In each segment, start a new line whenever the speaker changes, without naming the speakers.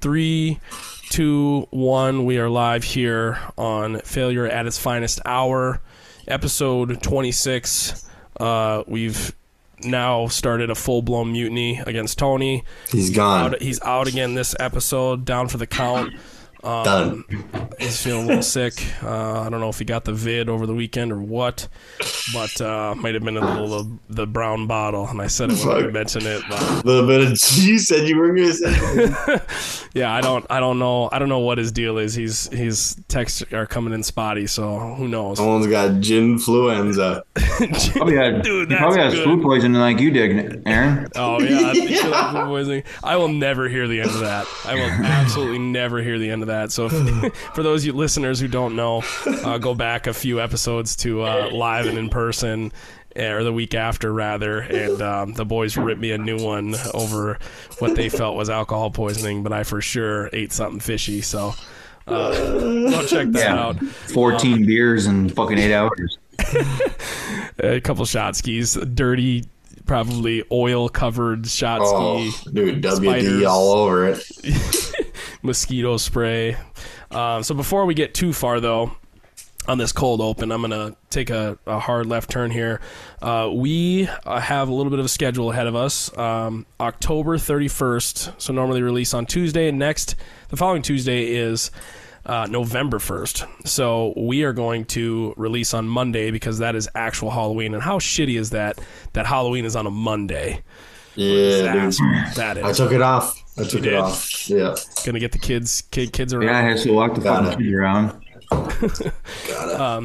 three, two, one. We are live here on Failure at its Finest Hour, episode 26. Uh, we've now started a full blown mutiny against Tony.
He's gone.
Out, he's out again this episode, down for the count.
Done.
He's feeling a little sick. Uh, I don't know if he got the vid over the weekend or what, but uh, might have been a little of the brown bottle. And I said it when I
Fuck.
mentioned it. But
A little bit of you said you were gonna say.
yeah, I don't, I don't know, I don't know what his deal is. He's his texts are coming in spotty, so who knows?
Someone's got gin influenza.
Probably had,
Dude,
he
that's
probably has
good.
food poisoning like you did, Aaron.
Oh yeah, I think you're like food poisoning. I will never hear the end of that. I will absolutely never hear the end of that. So, if, for those of you listeners who don't know, uh, go back a few episodes to uh, live and in person, eh, or the week after rather, and um, the boys ripped me a new one over what they felt was alcohol poisoning, but I for sure ate something fishy. So, uh, go check that
Yeah.
out.
14 beers in fucking eight hours.
A couple shot skis, dirty, probably oil covered shot
Oh,
ski.
dude, WD
Spiders.
all over it.
mosquito spray. Um, so before we get too far, though, on this cold open, I'm gonna take a, a hard left turn here. Uh, we uh, have a little bit of a schedule ahead of us. Um, October 31st, so normally release on Tuesday. Next, the following Tuesday is. Uh, November 1st. So we are going to release on Monday because that is actual Halloween. And how shitty is that? That Halloween is on a Monday.
Yeah, dude.
That's, that
I
is.
took it off. I took it
did.
off. Yeah,
Going to get the kids kid, kids around.
Yeah, I had to walk the
Got
fucking shit around.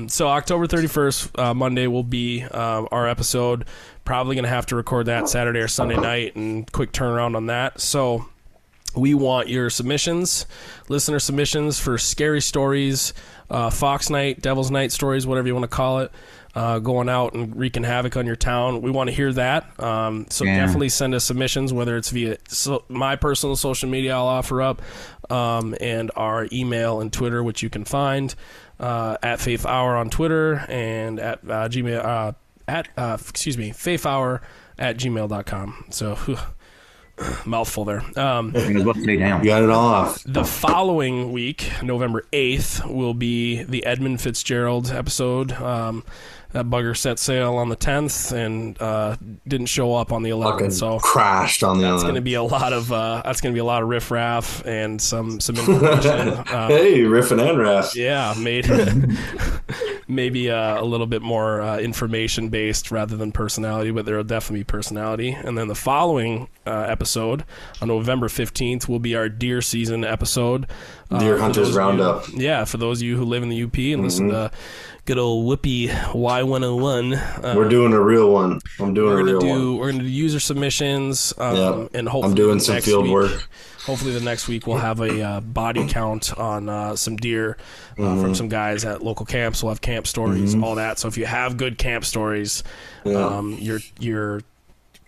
so October 31st, uh, Monday will be uh, our episode. Probably going to have to record that Saturday or Sunday night, and quick turnaround on that. So we want your submissions, listener submissions for scary stories, uh, Fox Night, Devil's Night stories, whatever you want to call it. Uh, going out and wreaking havoc on your town. We want to hear that. Um, so
Yeah.
definitely send us submissions, whether it's via so my personal social media, I'll offer up, um, and our email and Twitter, which you can find uh, at Faith Hour on Twitter and at uh, Gmail uh, at uh, excuse me Faith Hour at gmail.com. So. whew, Mouthful there. Um,
I was about to say, damn.
you got it all off.
the following week, November 8th, will be the Edmund Fitzgerald episode. Um, that bugger set sail on the 10th and uh, didn't show up on the 11th.
Fucking
so
crashed on the
it's going to
island.
be a lot of uh, that's going to be a lot of riffraff and some some information. uh,
hey, riffing and raff.
yeah, made maybe uh, a little bit more uh, information based rather than personality, but there will definitely be personality. And then the following uh, episode on November 15th will be our deer season episode. Uh,
Deer
for
Hunters
those of you- Mm-hmm.
Roundup.
yeah, for those of you who live in the UP and listen to good old Whoopi Y101. Uh,
We're doing a real one. I'm doing
we're
a real
gonna do
one.
we're gonna do user submissions um,
Yep.
and
I'm
hopefully
doing
the
some
next
field
week-
work.
hopefully the next week we'll have a uh, body count on uh, some deer uh,
Mm-hmm.
from some guys at local camps we'll have camp stories all that so if you have good camp stories um, you're you're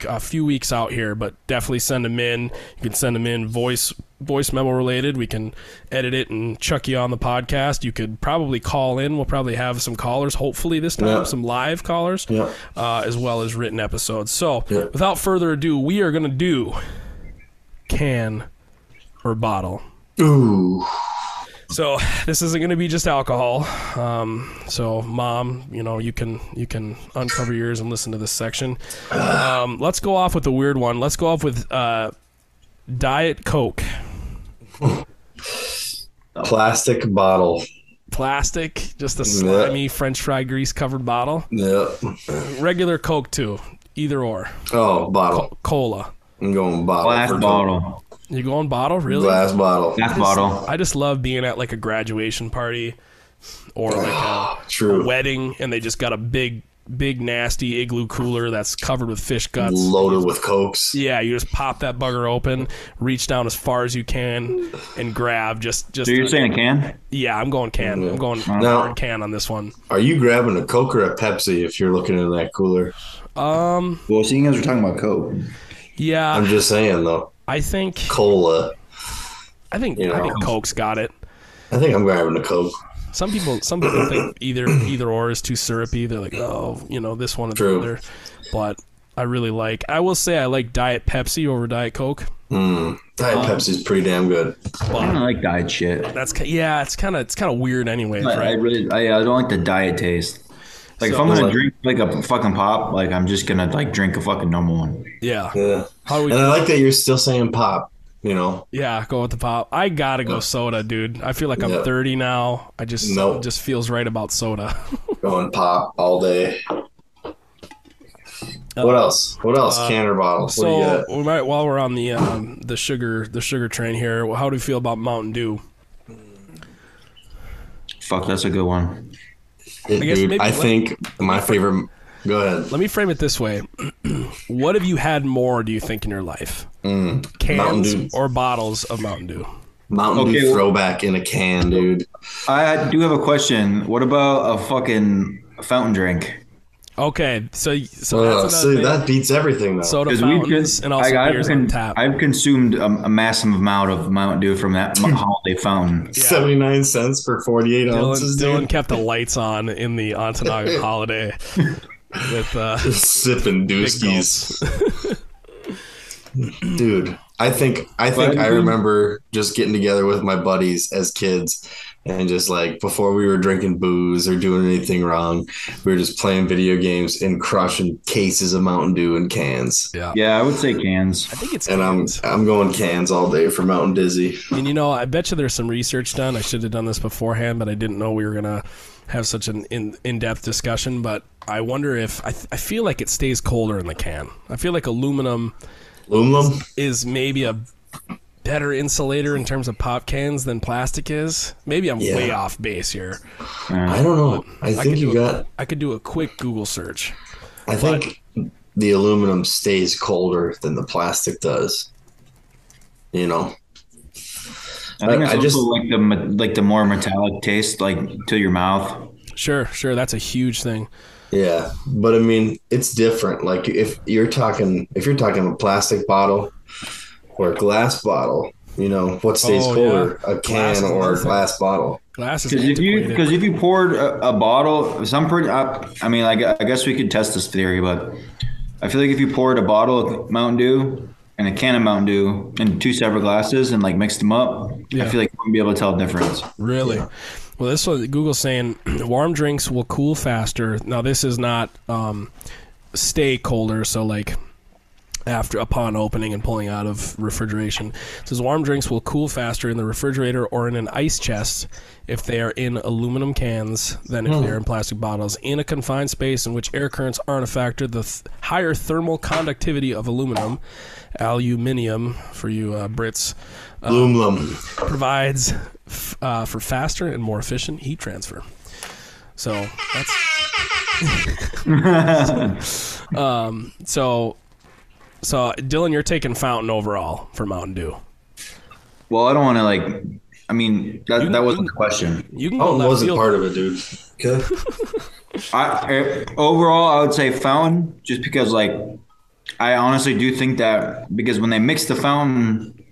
a few weeks out here but definitely send them in you can send them in voice voice memo related we can edit it and chuck you on the podcast you could probably call in we'll probably have some callers hopefully this time
Yeah.
some live callers
Yep.
uh, as well as written episodes. So,
Yeah.
without further ado, we are going to do can or bottle.
Ooh,
So, this isn't going to be just alcohol. Um, so, mom, you know, you can you can uncover yours and listen to this section. Um, let's go off with the weird one. Let's go off with uh, Diet Coke,
plastic bottle.
plastic, just a slimy French fry grease covered bottle.
Yep.
Regular Coke too, either or.
Oh, bottle.
Cola.
I'm going bottle.
Glass
for-
bottle.
You going bottle? Really?
Glass bottle.
Glass bottle.
I just love being at like a graduation party or like a
True.
wedding and they just got a big, big nasty igloo cooler that's covered with fish guts.
Loaded with cokes.
Yeah, you just pop that bugger open, reach down as far as you can, and grab just just.
So you're saying a can?
yeah, I'm going can. I'm going
Now-
hard can on this one.
Are you grabbing a Coke or a Pepsi if you're looking in that cooler?
Well, seeing as we're talking about Coke,
Yeah,
I'm just saying though.
I think
Cola.
I think
you
I
know.
think Coke's got it.
I think I'm grabbing a Coke.
Some people some people think either either or is too syrupy. They're like, oh, you know, this one or the
True.
other. But I really like. I will say I like Diet Pepsi over Diet Coke.
Mm. Diet
Um,
Pepsi's pretty damn good.
I don't like diet shit.
That's ki- yeah, it's kind of it's kind of weird anyway,
I, I
right?
really, I, I don't like the diet taste. Like if I'm gonna
like-
drink like a fucking pop, like I'm just gonna like drink a fucking normal one.
Yeah.
Yeah.
How do we?
And I like that you're still saying pop, you know?
Yeah, go with the pop. I gotta go soda, dude. I feel like I'm
Yeah.
30 now. I just
Nope.
it just feels right about soda.
Going pop all day.
Uh,
What else? What else? Canner bottles. What do you
so
got?
we might while we're on the um, the sugar the sugar train here. How do we feel about Mountain Dew?
Fuck, that's a good one.
I guess
Dude,
maybe
I
let-
think my favorite. Go ahead.
Let me frame it this way: What have you had more? Do you think in your life,
Mm. Mountain Dew.
cans or bottles of Mountain Dew?
Mountain
Okay,
Dew
well-
throwback in a can, dude.
I do have a question. What about a fucking fountain drink?
Okay, so so
Uh,
that's another
see,
thing.
that beats everything, though.
soda
Because we've
fountains
just,
and also
I, I've,
beers
con-
on tap.
I've consumed a, a massive amount of Mountain Dew from that mo- holiday fountain.
79 cents for 48
Dylan,
ounces,
Dylan
dude.
kept the lights on in the Ontonaga holiday with uh,
Sipping dooskies. dude, I think I think I remember just getting together with my buddies as kids and just like before we were drinking booze or doing anything wrong, we were just playing video games and crushing cases of Mountain Dew in cans.
yeah.
Yeah, I would say cans.
I think it's
And um, I'm
cans.
I'm going cans all day for Mountain Dizzy.
And you know, I bet you there's some research done. I should have done this beforehand, but I didn't know we were gonna have such an in in depth discussion. But I wonder if I, th- I feel like it stays colder in the can. I feel like aluminum
Aluminum?
is maybe a better insulator in terms of pop cans than plastic is. Maybe I'm
Yeah.
way off base here.
I don't know. I
could
think
do
you
a-
got
I could do a quick Google search.
I think the aluminum stays colder than the plastic does. You know,
I think that's
I- I
also
just-
like the me- like the more metallic taste, like to your mouth.
Sure, sure, that's a huge thing.
yeah, but I mean, it's different. Like if you're talking, if you're talking a plastic bottle or a glass bottle, you know, what stays
Oh,
colder,
yeah.
a can
Glass is
or a
another
glass bottle?
Glass is
Because if you
antiquated.
because if you poured a, a bottle, some pretty. I, I mean, I, gu- I guess we could test this theory, but I feel like if you poured a bottle of Mountain Dew and a can of Mountain Dew in two separate glasses and like mixed them up,
Yeah.
I feel like you wouldn't be able to tell the difference.
Really? Well, this one Google's saying warm drinks will cool faster. Now this is not um, stay colder, so like after upon opening and pulling out of refrigeration. It says warm drinks will cool faster in the refrigerator or in an ice chest if they are in aluminum cans than if they are in plastic bottles. In a confined space in which air currents aren't a factor, the th- higher thermal conductivity of aluminum, aluminium for you uh, Brits,
Aluminum.
provides f- uh, for faster and more efficient heat transfer. So that's um, so so Dylan, you're taking Fountain overall for Mountain Dew.
Well, I don't want to like. I mean, that, that wasn't the question.
You can go
Oh, it
left
wasn't
field.
part of it, dude. Okay.
I, I overall, I would say fountain, just because like I honestly do think that because when they mix the fountain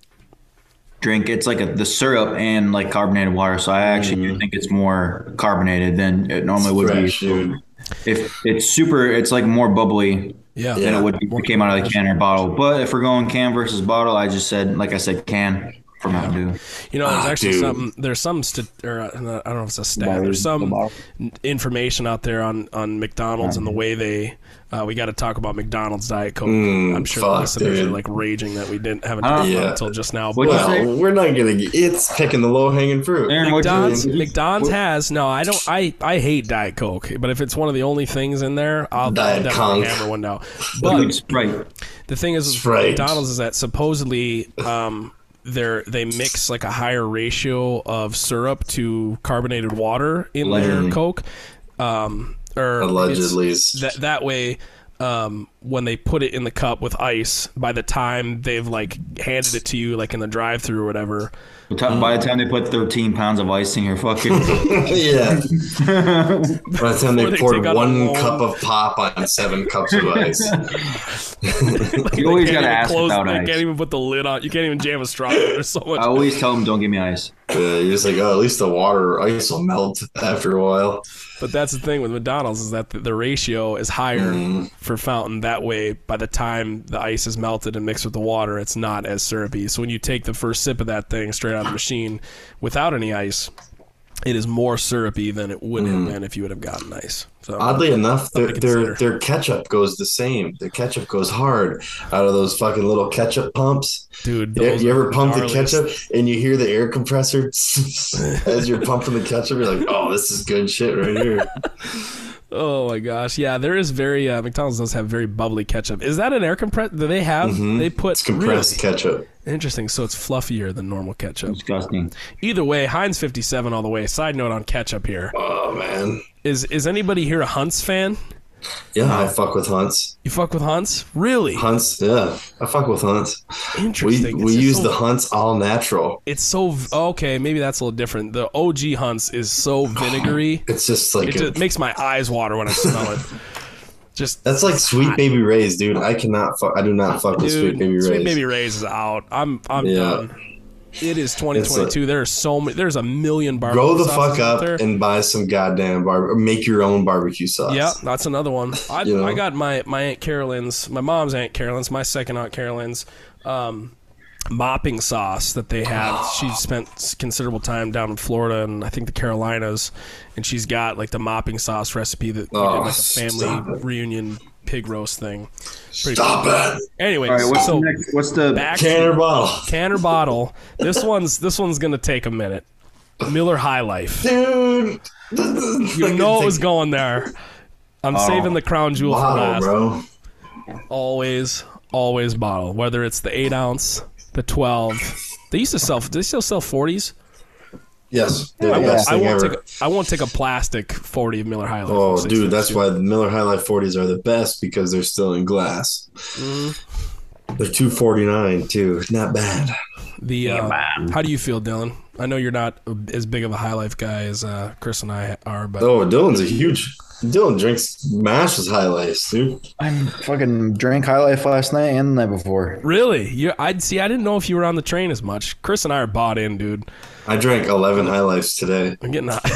drink, it's like a, the syrup and like carbonated water. So I actually do think it's more carbonated than it normally would
Mm-hmm. Fresh,
be.
dude.
If it's super, it's like more bubbly
yeah.
than
Yeah.
it would be if it came out of the can or bottle. But if we're going can versus bottle, I just said like I said can for Mountain Dew.
You know, there's
Ah,
actually
dude.
something. There's some st- or uh, no, I don't know if it's a stat. There's some n- information out there on on McDonald's and the way they. Uh, we got to talk about McDonald's Diet Coke.
Mm,
I'm sure the
fuck,
listeners
dude.
are like raging that we didn't haven't
Ah.
talked about it
Yeah.
until just now.
What'd you
but-
say?
Well, we're not gonna. Get, it's picking the low hanging fruit.
Aaron, what
McDonald's,
you
McDonald's has no. I don't. I, I hate Diet Coke, but if it's one of the only things in there, I'll
Diet
definitely
Conk.
hammer one down.
Dude,
But
Sprite.
the thing is, with
right.
McDonald's is that supposedly um, they're they mix like a higher ratio of syrup to carbonated water in their
Allegedly.
Coke, um, or it's-
Allegedly,
that that way um, when they put it in the cup with ice by the time they've like handed it to you like in the drive through or whatever
By the time they put 13 pounds of ice in your fucking.
Yeah. By the time
Before they
they poured
take out a
one
long-
cup of pop on seven cups of ice.
you always
can't
got to
even
ask
close-
without
they
ice.
can't even put the lid on. You can't even jam a straw. in. There's so much.
I always tell them, don't give me ice.
Yeah, you're just like, oh, at least the water or ice will melt after a while.
But that's the thing with McDonald's is that the- the ratio is higher
Mhm.
for fountain. That way, by the time the ice is melted and mixed with the water, it's not as syrupy. So when you take the first sip of that thing straight out of the machine without any ice, it is more syrupy than it would
Mm-hmm.
have been if you would have gotten ice. So
Oddly enough, their,
to
their
consider.
their ketchup goes the same. Their ketchup goes hard out of those fucking little ketchup pumps.
dude,
You,
those
you
are
ever pump the
gnarliest.
ketchup and you hear the air compressor as you're pumping the ketchup? You're like, oh, this is good shit right here.
Oh my gosh, yeah, there is very uh, McDonald's does have very bubbly ketchup. Is that an air compress? Do they have? They put
Mm-hmm. It's compressed ketchup.
Really? Interesting. So it's fluffier than normal ketchup.
Disgusting.
Either way, Heinz 57 all the way. Side note on ketchup here.
Oh man,
Is is anybody here a Hunts fan?
yeah, I fuck with Hunts.
You fuck with Hunts? Really?
Hunts, yeah, I fuck with Hunts. We
Interesting. It's
we
just
use
so-
the Hunts all natural.
It's so v- okay. Maybe that's a little different. The OG Hunts is so vinegary.
It's just like
It
a-
just makes my eyes water when I smell it. Just
that's like Sweet Baby Ray's, dude. I cannot fuck. I do not fuck with
dude,
Sweet Baby Ray's.
is out. I'm I'm
Yeah.
done. It is 2022. there are so many. There's a million barbecue.
Grow the
sauces
fuck
out
up
there.
and buy some goddamn bar. Make your own barbecue sauce.
Yeah, that's another one. I,
You know?
I got my, my aunt Carolyn's, my mom's aunt Carolyn's, my second aunt Carolyn's um, mopping sauce that they have. she spent s- considerable time down in Florida and I think the Carolinas, and she's got like the mopping sauce recipe that we did
Oh,
like a
stop
family
it.
reunion pig roast thing. Pretty
Stop it.
Anyway,
All right, what's
so
the next? What's the
back to
Canner bottle.
Tanner bottle. This one's this one's gonna take a minute. Miller High Life.
Dude.
You know it was going there. I'm
Oh,
saving the crown jewel for
Bottle,
last.
bro.
Always, always bottle. Whether it's the eight ounce, the twelve. They used to sell. Do they still sell forties?
Yes. They're
I
the
won't,
best
I
thing
won't
ever.
take. A, I won't take a plastic forty of Miller High Life.
Oh,
It's-
dude, that's why the Miller High Life 40s are the best because they're still in glass.
Mm-hmm.
They're 249 too. Not bad.
The uh, how do you feel, Dylan? I know you're not as big of a High Life guy as uh, Chris and I are, but
Oh, Dylan's a huge. Dylan drinks mashes high life, dude.
I fucking drank High Life last night and the night before.
really, you. I'd see. I didn't know if you were on the train as much. Chris and I are bought in, dude.
I drank 11 high lifes today.
I'm getting hot.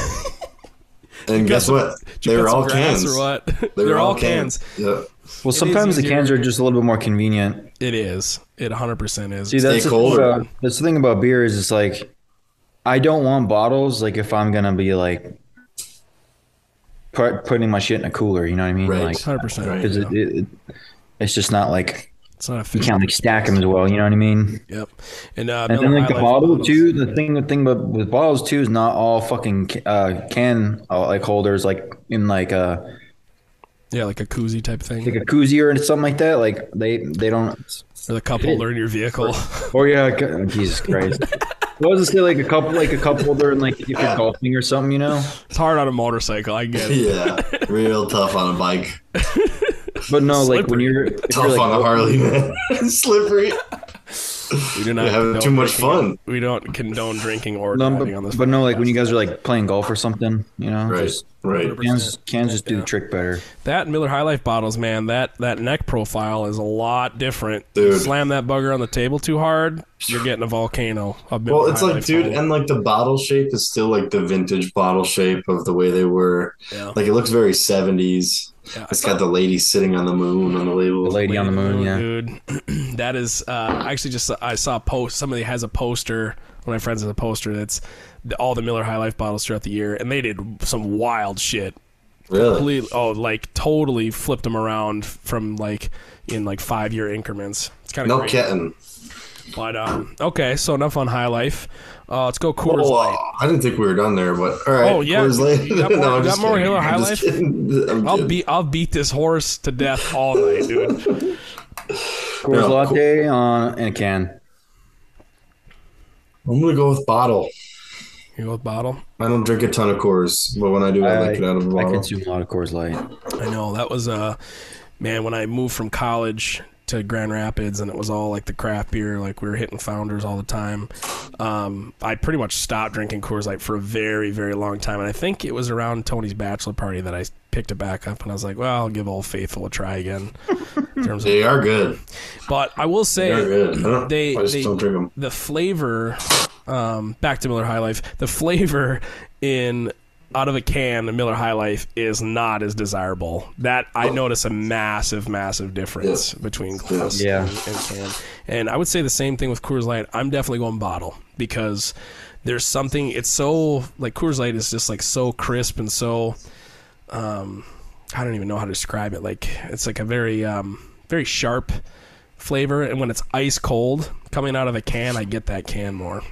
And guess
some-
what? They were
Got some
all
grass
cans.
Or what?
They
They're,
were
all cans.
Yep.
Well, sometimes the
easier.
cans are just a little bit more convenient.
It is. It 100% is.
See, that's the, thing
colder.
about, that's the thing about beer is it's like I don't want bottles. Like if I'm gonna be like put, putting my shit in a cooler, you know what I mean?
Right.
Like
100%.
Right.
'cause it, it, it, it's just not like
It's not
you
efficient.
can't like stack them as well. You know what I mean?
Yep. And, uh,
And
Miller
then like the
High Life
bottle
bottles.
too. The thing, the thing about with bottles too is not all fucking ca- uh, can uh, like holders like in like a
Yeah, like a koozie type thing.
like a koozie or something like that. Like they they don't.
or the cup holder in your vehicle.
Or yeah, like, uh, Jesus Christ. What does it say? Like a cup, like a cup holder, and like if you're golfing or something, you know.
it's hard on a motorcycle. I get it.
Yeah. Real tough on a bike.
But no, like when you're if
Tough
you're, like,
on
"Oh,
a Harley, man. Slippery.
We do not
You're having
condone
too much
drinking.
fun.
We don't condone drinking or
no,
driving on this.
but, but no, like when you guys are like playing golf or something, you know.
Right.
just
Right.
Cans, cans just do the trick better.
that Miller High Life bottles, man, that that neck profile is a lot different.
Dude.
Slam that bugger on the table too hard, you're getting a volcano. A Miller
Well, it's
High
like,
Life
dude,
bottle.
and like the bottle shape is still like the vintage bottle shape of the way they were.
Yeah.
Like it looks very 70s.
Yeah.
It's got the lady sitting on the moon on the label.
The lady on the moon, yeah.
dude. that is uh, I actually just I saw a post. Somebody has a poster. One of my friends has a poster that's the, all the Miller High Life bottles throughout the year, and they did some wild shit.
really?
Completely, oh, like totally flipped them around from like in like five year increments. It's kind of
No
great.
kidding.
But um, okay, so enough on High Life. Uh, let's go Coors
Oh,
Light.
I didn't think we were done there, but all right.
Oh, yeah.
Coors Light.
You got more-
I'm
you got
just
more
kidding.
Halo
I'm
High
just
Life?
kidding. I'm
I'll
kidding.
beat I'll beat this horse to death all night, dude.
Coors
No,
latte on in a can.
I'm gonna go with bottle.
You go with bottle.
I don't drink a ton of Coors, but when I do, I, like it out of a
I
bottle.
consume a lot of Coors Light.
I know that was uh man when I moved from college to Grand Rapids and it was all like the craft beer like we were hitting founders all the time. Um, I pretty much stopped drinking Coors Light for a very very long time and I think it was around Tony's bachelor party that I picked it back up and I was like, well, I'll give Old Faithful a try again. In terms of,
they are good.
but I will say
They're good. I don't,
they-
I just
they-
don't drink them.
the flavor um, back to Miller High Life. The flavor in out of a can the Miller High Life is not as desirable. That I notice a massive, massive difference between glass
Yeah.
and, and can. And I would say the same thing with Coors Light. I'm definitely going bottle because there's something. It's so like Coors Light is just like so crisp and so. Um, I don't even know how to describe it. Like it's like a very, um, very sharp flavor, and when it's ice cold coming out of a can, I get that can more.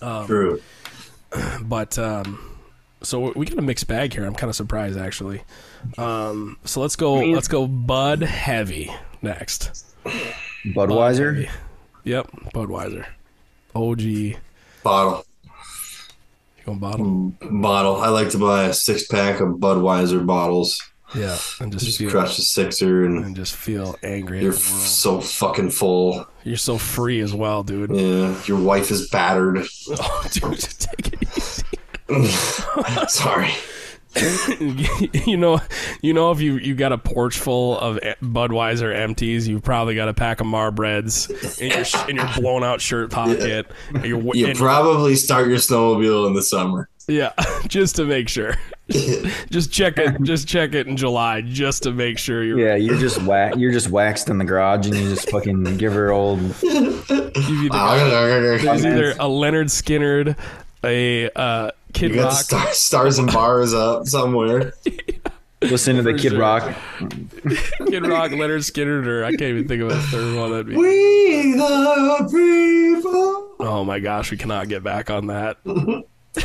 um,
True.
But um, so we got a mixed bag here. I'm kind of surprised actually. Um, so let's go. Let's go. Bud heavy next.
Budweiser.
Yep, Budweiser, OG. You
Bottle.
going bottle?
Bottle. I like to buy a six pack of Budweiser bottles.
Yeah, and just,
Just
feel
crush a sixer and
and just feel angry. At
you're f-
the world.
so fucking full.
You're so free as well, dude.
Yeah. Your wife is battered.
Oh, dude, take it easy.
Sorry.
you know, you know, if you you got a porch full of e- Budweiser empties, you've probably got a pack of Marbreds in your sh- in your blown out shirt pocket. and your w-
You
and-
probably start your snowmobile in the summer.
yeah, just to make sure. just check it. Just check it in July, just to make sure you're,
Yeah, you're just whack. You're just waxed in the garage, and you just fucking give her old.
you've either,
you
there's either a Leonard Skinnerd, a uh, Kid
got the
Rock.
star, stars and bars up somewhere.
Listen to the Kid
sure.
Rock.
Kid Rock, Leonard Skinner, or I can't even think of a third one. That'd be.
We the people.
Oh my gosh, we cannot get back on that. the,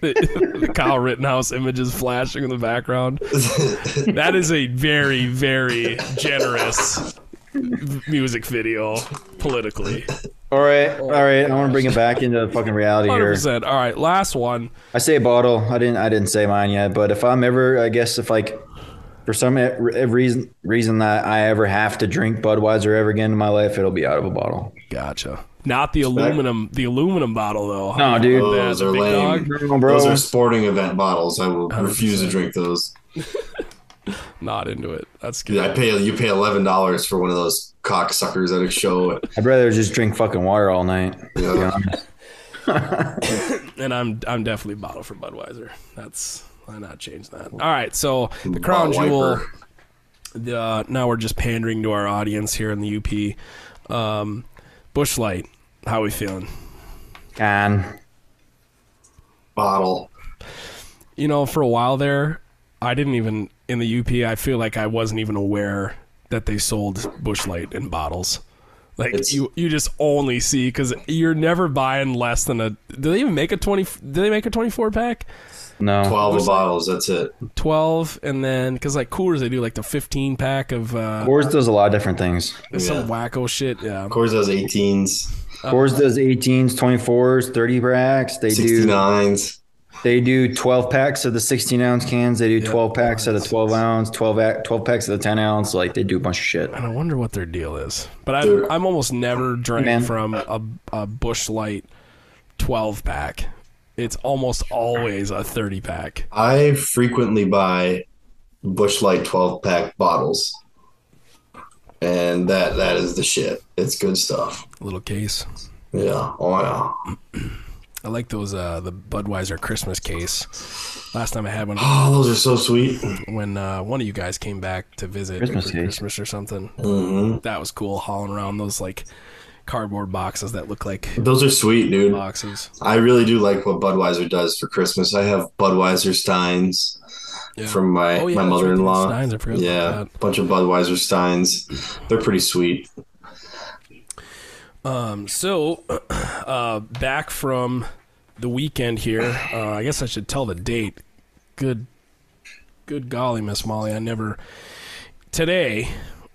the Kyle Rittenhouse images flashing in the background. That is a very, very generous v- music video politically.
All right, all right. I want to bring it back into fucking reality here.
100%. All right, last one.
I say bottle. I didn't. I didn't say mine yet. But if I'm ever, I guess if like for some e- re- reason reason that I ever have to drink Budweiser ever again in my life, it'll be out of a bottle.
Gotcha. Not the aluminum, the aluminum bottle though.
No, dude.
Those
the
are
big
lame.
dog.
No, bro.
Oh, Those are sporting event bottles. I will refuse to drink those.
Not into it. That's good.
Dude, I pay you pay eleven dollars for one of those cocksuckers at a show.
I'd rather just drink fucking water all night.
You know?
and I'm I'm definitely bottle for Budweiser. That's I not change that. All right, so the crown
Bottle
jewel.
wiper.
The, uh, now we're just pandering to our audience here in the UP. Um, Bushlight, how we feeling?
Can
Bottle.
You know, for a while there, I didn't even in the UP. I feel like I wasn't even aware that they sold Bushlight in bottles. Like
It's-
you, you just only see because you're never buying less than a. Do they even make a twenty? Do they make a twenty-four pack?
no.
Twelve of bottles. That's it.
12 and then because like coolers they do like the 15 pack of uh
Coors does a lot of different things.
some
Oh, Yeah.
wacko shit yeah
Coors has 18s,
Coors does 18s, 24s, 30 packs. They do
69s.
they do 12 packs of the 16 ounce cans. They do 12 packs of the 12 ounce, 12 ac- 12 packs of the 10 ounce. Like they do a bunch of shit.
and i wonder what their deal is but
Dude.
I, i'm almost never drank
Man.
from a, a bush light 12 pack it's almost always a 30 pack
I frequently buy Bush Light 12 pack bottles. And that that is the shit. It's good stuff.
little case
Yeah. Oh yeah.
i like those uh the budweiser christmas case last time i had one
Oh, those are so sweet.
when uh one of you guys came back to visit
Christmas
for
cake.
christmas or something
hmm
that was cool hauling around those like cardboard boxes that look like
Those are sweet, dude.
boxes
I really do like what Budweiser does for Christmas. I have Budweiser Steins
Yeah.
from my,
Oh, yeah,
my
that's right,
mother in
the
law.
Steins, I forgot about
yeah,
that.
a bunch of Budweiser Steins. They're pretty sweet.
So, uh, back from the weekend here. Uh, I guess I should tell the date. Good, good golly, Miss Molly, I never. Today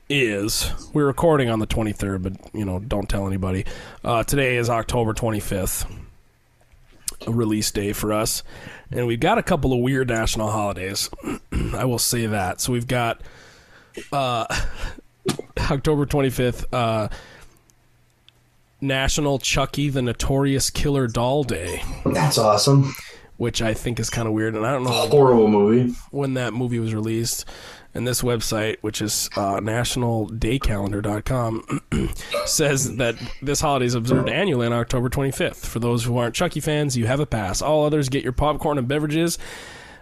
is we're recording on the 23rd, but you know, don't tell anybody. Uh, today is October 25th, a release day for us, and we've got a couple of weird national holidays. I will say that. So we've got uh, October 25th. Uh, National Chucky the Notorious Killer Doll Day,
That's awesome.
which I think is kind of weird, and I don't know
Horrible movie.
when that movie was released. And this website, which is uh, nationaldaycalendar.com, says that this holiday is observed annually on October 25th. For those who aren't Chucky fans, you have a pass. All others get your popcorn and beverages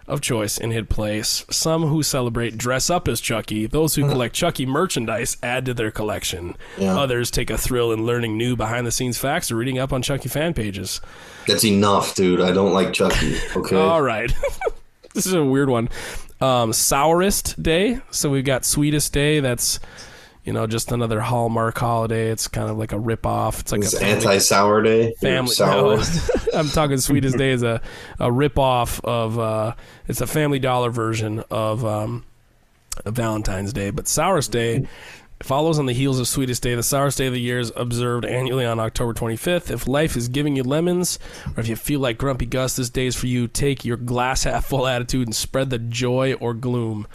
of choice and hid place. Some who celebrate dress up as Chucky. Those who collect Chucky merchandise add to their collection.
Yeah.
Others take a thrill in learning new behind the scenes facts or reading up on Chucky fan pages.
That's enough, dude. I don't like Chucky. Okay.
All right. this is a weird one. Um, sourest day. So we've got sweetest day. That's you know just another Hallmark holiday. It's kind of like a rip off. It's like
It's
a family.
anti sour day.
family
Sour.
no. I'm talking sweetest day is a a rip off of uh, it's a Family Dollar version of um, Valentine's Day, but sourest day. Follows on the heels of Sweetest Day. The sourest day of the year is observed annually on October 25th. If life is giving you lemons, or if you feel like Grumpy Gus, this day is for you. Take your glass half full attitude and spread the joy or gloom.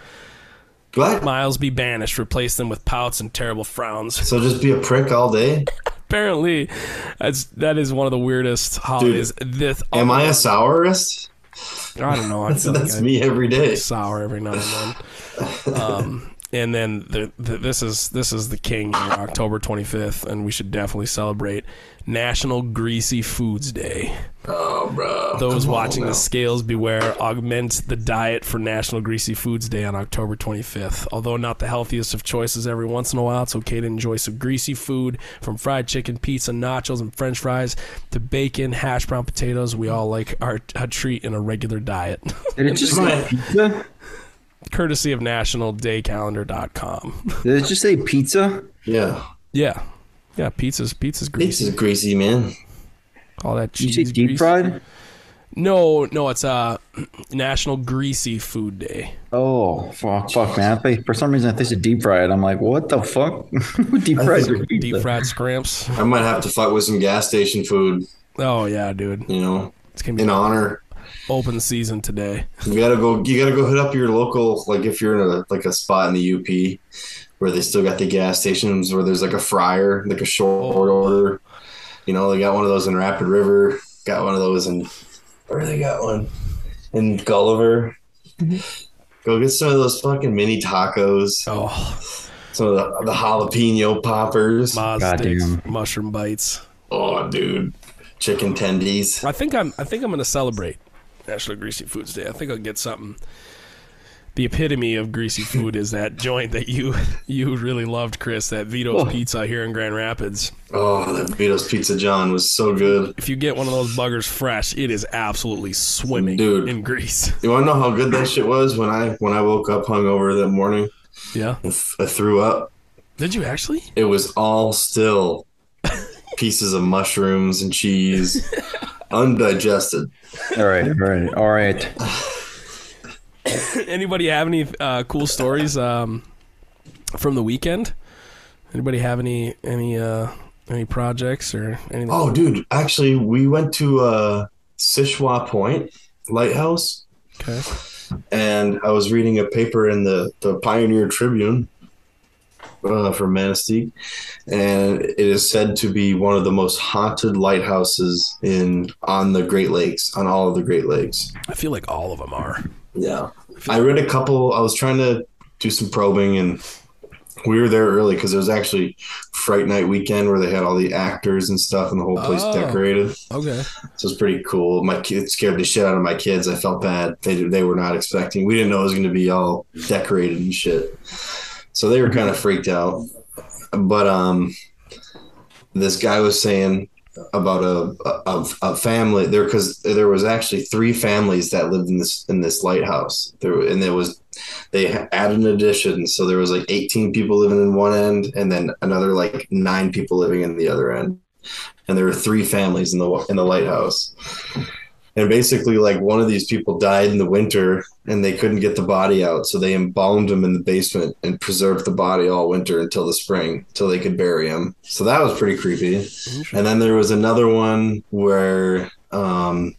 What?
Miles be banished. Replace them with pouts and terrible frowns.
So just be a prick all day?
Apparently, that's that is one of the weirdest holidays. this
Am I a sourist?
I don't know. I
That's,
feel like
that's
I-
me every day.
sour every now and then. um, and then the, the, this is this is the king here, October 25th, and we should definitely celebrate National Greasy Foods Day.
Oh, bro.
Those
Come on
watching
now.
the scales beware. Augment the diet for National Greasy Foods Day on October 25th. Although not the healthiest of choices every once in a while, it's okay to enjoy some greasy food from fried chicken, pizza, nachos, and french fries to bacon, hash brown potatoes. We all like our a treat in a regular diet.
Did it just say pizza?
courtesy of nationaldaycalendar.com.
Did it just say pizza?
Yeah.
Yeah. Yeah, pizza's pizza's
This
greasy.
is greasy, man.
All that
Did
cheese.
you say deep
grease.
fried?
No, no, it's uh National Greasy Food Day.
Oh fuck, fuck, man! I think, for some reason, I think it's deep fried. I'm like, what the fuck? deep fried?
Deep fried scramps.
I might have to fuck with some gas station food,
Oh yeah, dude.
you know,
It's gonna be
in honor.
open season today.
You gotta go. You gotta go hit up your local. Like if you're in a like a spot in the UP where they still got the gas stations where there's like a fryer, like a short order. You know, they got one of those in Rapid River. Got one of those in where they got one in Gulliver. Go get some of those fucking mini tacos.
Oh,
Some of the, the jalapeno poppers.
mod
Goddamn.
sticks, mushroom bites.
Oh, dude, chicken tendies.
I think I'm I think I'm gonna celebrate National Greasy Foods Day. I think I'll get something. The epitome of greasy food is that joint that you you really loved, Chris, that
Oh.
Vito's Pizza here in Grand Rapids.
Oh, that Vito's Pizza John was so good.
if you get one of those buggers fresh, it is absolutely swimming
Dude.
in grease.
You want to know how good that shit was when I when I woke up hungover that morning?
Yeah.
I th- I threw up.
Did you actually?
It was all still pieces of mushrooms and cheese, undigested.
All right, all right, all right.
Anybody have any uh, cool stories um, from the weekend? Anybody have any any uh, any projects or anything?
Oh, dude! Actually, we went to uh, Sishwa Point Lighthouse,
Okay.
and I was reading a paper in the the Pioneer Tribune uh, from Manistee, and it is said to be one of the most haunted lighthouses in on the Great Lakes, on all of the Great Lakes.
I feel like all of them are.
Yeah. I read a couple. I was trying to do some probing, and we were there early because it was actually Fright Night weekend where they had all the actors and stuff, and the whole place
Oh.
decorated.
Okay.
So it's pretty cool. My kids scared the shit out of my kids. I felt bad. They they were not expecting. We didn't know it was going to be all decorated and shit. So they were kind of freaked out. But um, this guy was saying about a a, a family there because there was actually three families that lived in this in this lighthouse. There were- and there was they added an addition, so there was like 18 people living in one end, and then another like nine people living in the other end and there were three families in the in the lighthouse. And basically, like one of these people died in the winter, and they couldn't get the body out, so they embalmed him in the basement and preserved the body all winter until the spring, till they could bury him. So that was pretty creepy. And then there was another one where um,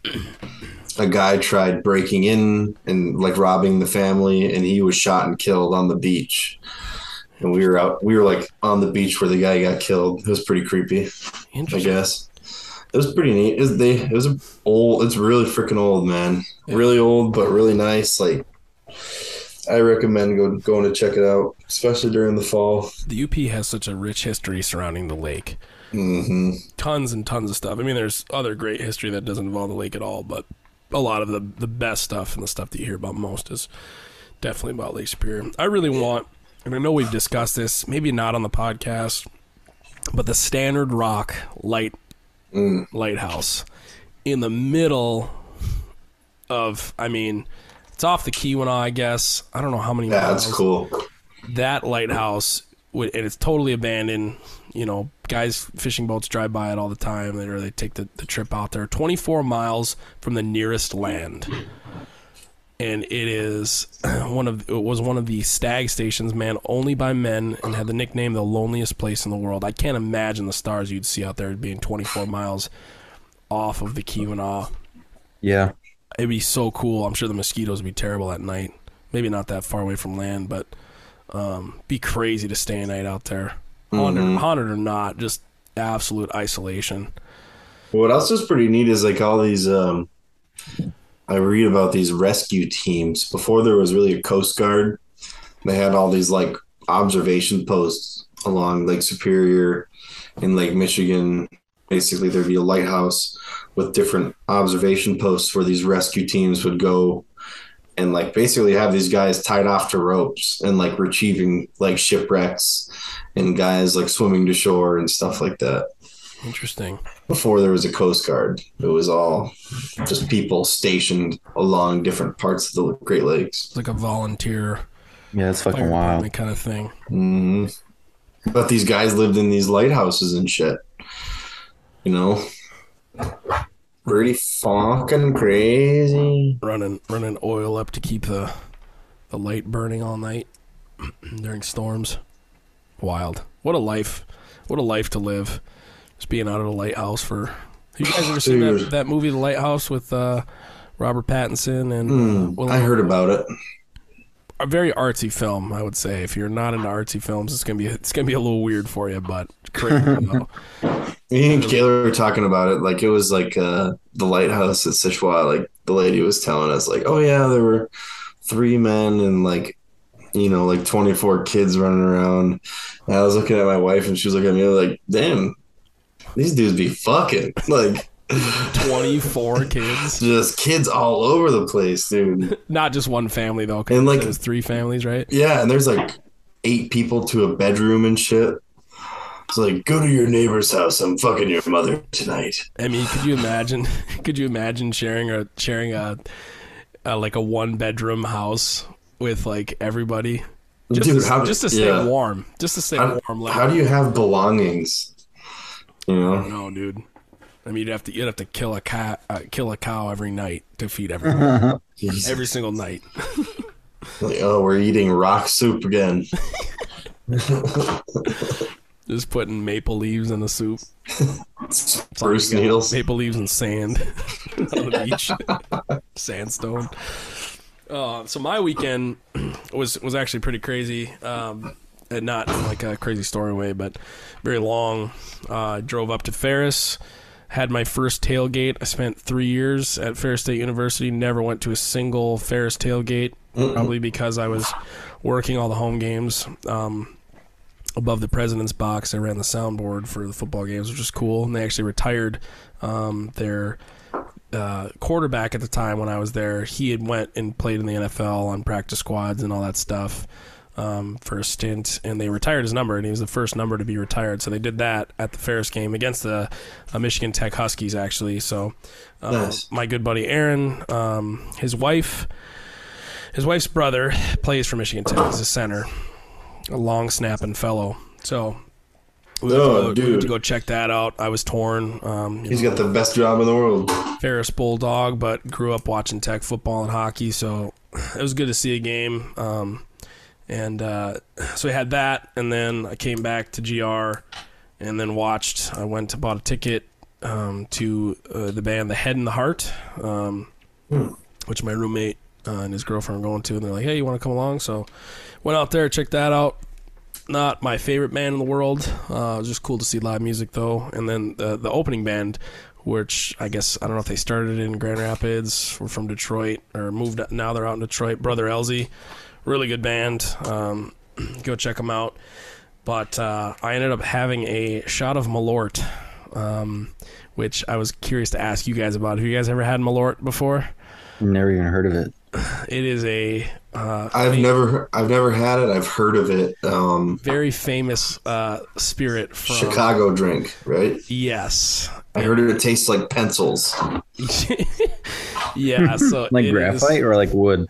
a guy tried breaking in and like robbing the family, and he was shot and killed on the beach. And we were out, we were like on the beach where the guy got killed. It was pretty creepy. I
Interesting.
guess. It was pretty neat. It was, they, it was a old. It's really freaking old, man. Really old, but really nice. Like I recommend go, going to check it out, especially during the fall.
The UP has such a rich history surrounding the lake.
hmm
Tons and tons of stuff. I mean, there's other great history that doesn't involve the lake at all, but a lot of the the best stuff and the stuff that you hear about most is definitely about Lake Superior. I really want, and I know we've discussed this, maybe not on the podcast, but the Standard Rock Light Lighthouse in the middle of, I mean, it's off the Keweenaw, I guess. I don't know how many.
Yeah, that's
miles
cool.
that lighthouse would- and it's totally abandoned you know guys fishing boats drive by it all the time they- or they take the, the trip out there 24 miles from the nearest land and it is one of it was one of the stag stations man only by men and had the nickname the loneliest place in the world i can't imagine the stars you'd see out there being 24 miles off of the Keweenaw
Yeah.
it'd be so cool. I'm sure the mosquitoes would be terrible at night. Maybe not that far away from land, but um, be crazy to stay a night out there, haunted, haunted or not, just absolute isolation.
What else is pretty neat is like all these. Um, I read about these rescue teams. Before there was really a Coast Guard, they had all these like observation posts along Lake Superior in Lake Michigan. Basically, there'd be a lighthouse with different observation posts where these rescue teams would go and like basically have these guys tied off to ropes and like retrieving like shipwrecks and guys like swimming to shore and stuff like that
Interesting.
before there was a coast guard it was all just people stationed along different parts of the great lakes
It's like a volunteer
Yeah, that's fucking
fire
wild.
department kind of thing.
hmm but these guys lived in these lighthouses and shit you know pretty fucking crazy
Running running oil up to keep the the light burning all night during storms. Wild. What a life. What a life to live. Just being out at a lighthouse for. Have you guys ever seen that,
Dude.
that movie, The Lighthouse, with uh, Robert Pattinson and uh,
Hmm,
Willem
i heard about it
a very artsy film, I would say. If you're not into artsy films, it's gonna be it's gonna be a little weird for you, but crazy though.
me and Kayla were talking about it like it was like uh the lighthouse at Sichwa like the lady was telling us like oh yeah there were three men and like you know like 24 kids running around and I was looking at my wife and she was looking at me like damn these dudes be fucking like
Twenty four kids,
just kids all over the place dude
not just one family though. 'cause
And,
it
like-
says three families, right?
yeah and there's like eight people to a bedroom and shit it's like go to your neighbor's house I'm fucking your mother tonight
I mean, could you imagine? Could you imagine sharing a sharing a, a like a one bedroom house with like everybody? Just,
Dude,
to,
how-
just to stay
yeah.
warm, just to stay
how,
warm.
how do you have belongings? You
I
know,
don't know, dude. I mean, you'd have to you'd have to kill a cat, uh, kill a cow every night to feed everyone,
Jeez.
every single night. Mm.
Like, oh, we're eating rock soup again.
Just putting maple leaves in the soup.
Bruce Needles.
Maple leaves and sand on the beach, sandstone. Uh, so my weekend was was actually pretty crazy, um, and not in, like a crazy story way, but very long. Uh, I drove up to Ferris, had my first tailgate. I spent three years at Ferris State University. Never went to a single Ferris tailgate, probably because I was working all the home games. Um, above the president's box. I ran the soundboard for the football games, which was cool. And they actually retired um, their uh, quarterback at the time when I was there. He had went and played in the NFL on practice squads and all that stuff um, for a stint, and they retired his number, and he was the first number to be retired. So they did that at the Ferris game against the uh, Michigan Tech Huskies, actually. So uh,
Nice.
my good buddy Aaron, um, his wife. His wife's brother plays for Michigan Tech. He's a center, a long snapping fellow. So we went, to, go,
Oh,
we went to
dude.
go check that out. I was torn. Um, you
He's got the best job in the world.
Ferris Bulldog, but grew up watching Tech football and hockey, so it was good to see a game. Um, and uh, so we had that, and then I came back to GR, and then watched. I went to bought a ticket um, to uh, the band The Head and the Heart, um, which my roommate uh, and his girlfriend were going to, and they're like, "Hey, you want to come along?" So went out there, checked that out not my favorite band in the world. Uh, it was just cool to see live music though. And then the the opening band, which I guess I don't know if they started in Grand Rapids, were from Detroit or moved. Now they're out in Detroit. Brother Elsie, really good band. Um, go check them out. But uh, I ended up having a shot of Malort, um, which I was curious to ask you guys about. Have you guys ever had Malort before?
Never even heard of it.
It is a uh,
I've never I've never had it. I've heard of it. Um,
very famous uh, spirit from
Chicago drink, right?
Yes,
I heard it tastes like pencils.
yeah. So
Like
it is
graphite Uh, or like wood.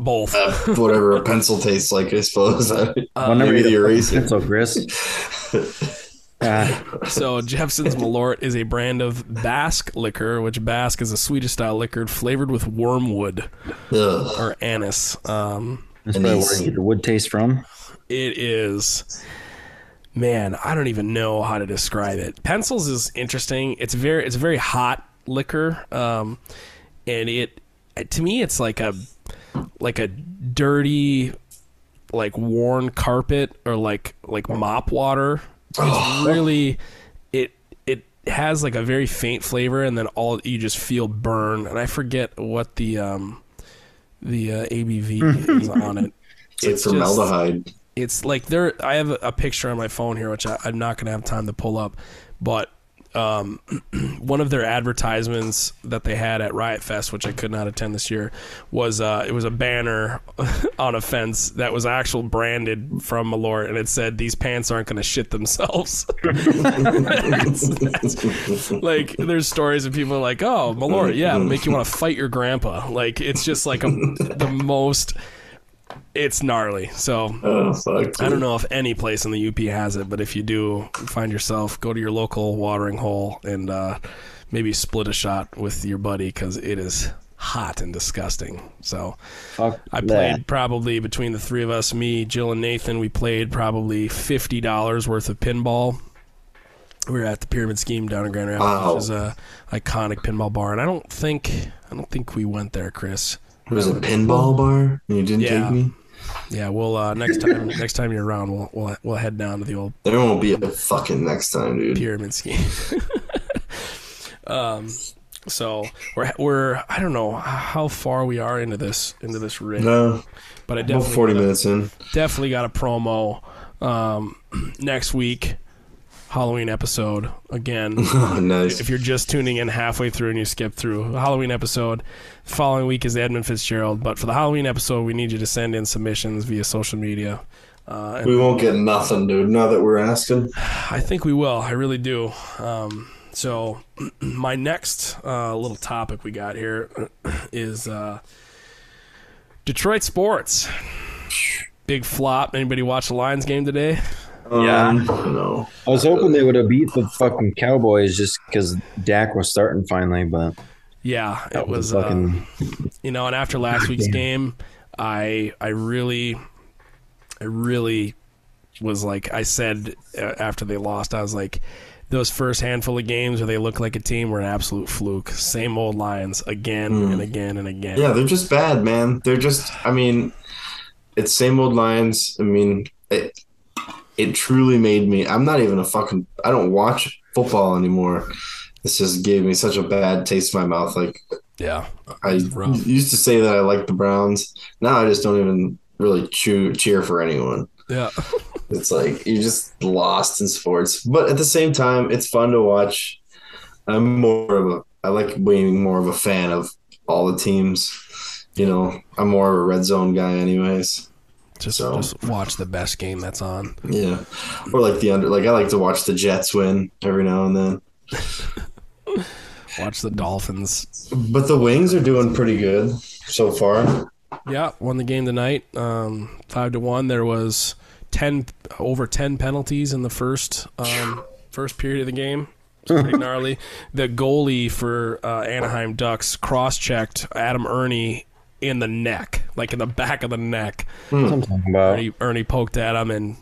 both. Uh,
Whatever a pencil tastes like, I suppose.
Whenever
maybe the
you
eraser.
pencil, Chris. Ah,
So Jefferson's Malort is a brand of Basque liquor, which Basque is a Swedish style liquor flavored with wormwood
Ugh.
or anise. Um,
that's
And
probably
these-
where you get the wood taste from.
it is, man, I don't even know how to describe it. Pencils is interesting. It's very, it's a very hot liquor, um, and it, to me, it's like a, like a dirty, like worn carpet or like like mop water. It's really, it it has like a very faint flavor, and then all you just feel burn. And I forget what the um, the uh, ABV is on it.
It's formaldehyde.
It's like there. I have a, a picture on my phone here, which I, I'm not going to have time to pull up, but um, one of their advertisements that they had at Riot Fest, which I could not attend this year, was uh, it was a banner on a fence that was actual branded from Malort, and it said, "These pants aren't going to shit themselves." like there's stories of people like, "Oh, Malort, yeah, it'll make you want to fight your grandpa." Like it's just like a, the most. It's gnarly. So
Oh fuck!
I don't know if any place in the UP has it, but if you do find yourself, go to your local watering hole and uh, maybe split a shot with your buddy because it is hot and disgusting. So
Fuck
I played
that.
probably between the three of us, me, Jill, and Nathan, we played probably fifty dollars worth of pinball. We were at the Pyramid Scheme down in Grand Rapids,
Wow.
which is a iconic pinball bar, and I don't think I don't think we went there, Chris.
It was a pinball bar, and you didn't
Yeah.
take me.
Yeah, we'll uh, next time next time you're around, we'll we'll we'll head down to the old
There won't be a fucking next time, dude.
pyramid scheme. um, so we're we're I don't know how far we are into this into this rig,
No,
but I
about
definitely
forty minutes in.
definitely got a promo um, next week Halloween episode again.
Oh, nice.
if you're just tuning in halfway through and you skip through the Halloween episode, the following week is the Edmund Fitzgerald. But for the Halloween episode, we need you to send in submissions via social media. Uh, and
We won't get nothing, dude. Now that we're asking,
I think we will. I really do. Um, so, my next uh, little topic we got here is uh, Detroit sports. Big flop. Anybody watch the Lions game today?
Yeah.
Um, no.
I was hoping they would have beat the fucking Cowboys just because Dak was starting finally, but
Yeah, it
that
was.
was a
Uh,
fucking.
you know, and after last week's game, I I really, I really was like I said uh, after they lost, I was like, those first handful of games where they look like a team were an absolute fluke. Same old Lions again
Hmm.
and again and again.
Yeah, they're just bad, man. They're just. I mean, it's same old lines. I mean, it. It truly made me. I'm not even a fucking. I don't watch football anymore. This just gave me such a bad taste in my mouth. Like
yeah.
I
Rough.
used to say that I liked the Browns. Now I just don't even really chew, cheer for anyone.
Yeah.
It's like you're just lost in sports, but at the same time, it's fun to watch. I'm more of a I like being more of a fan of all the teams. You know, I'm more of a red zone guy, anyways.
Just
So-
just watch the best game that's on.
Yeah, or like the under. Like I like to watch the Jets win every now and then.
Watch the Dolphins.
But the Wings are doing pretty good so far.
Yeah, won the game tonight. Um, five to one. There was ten over ten penalties in the first um, first period of the game. It's pretty gnarly. The goalie for uh, Anaheim Ducks cross checked Adam Ernie in the neck, like in the back of the neck.
That's what I'm talking about.
Ernie, Ernie poked at him and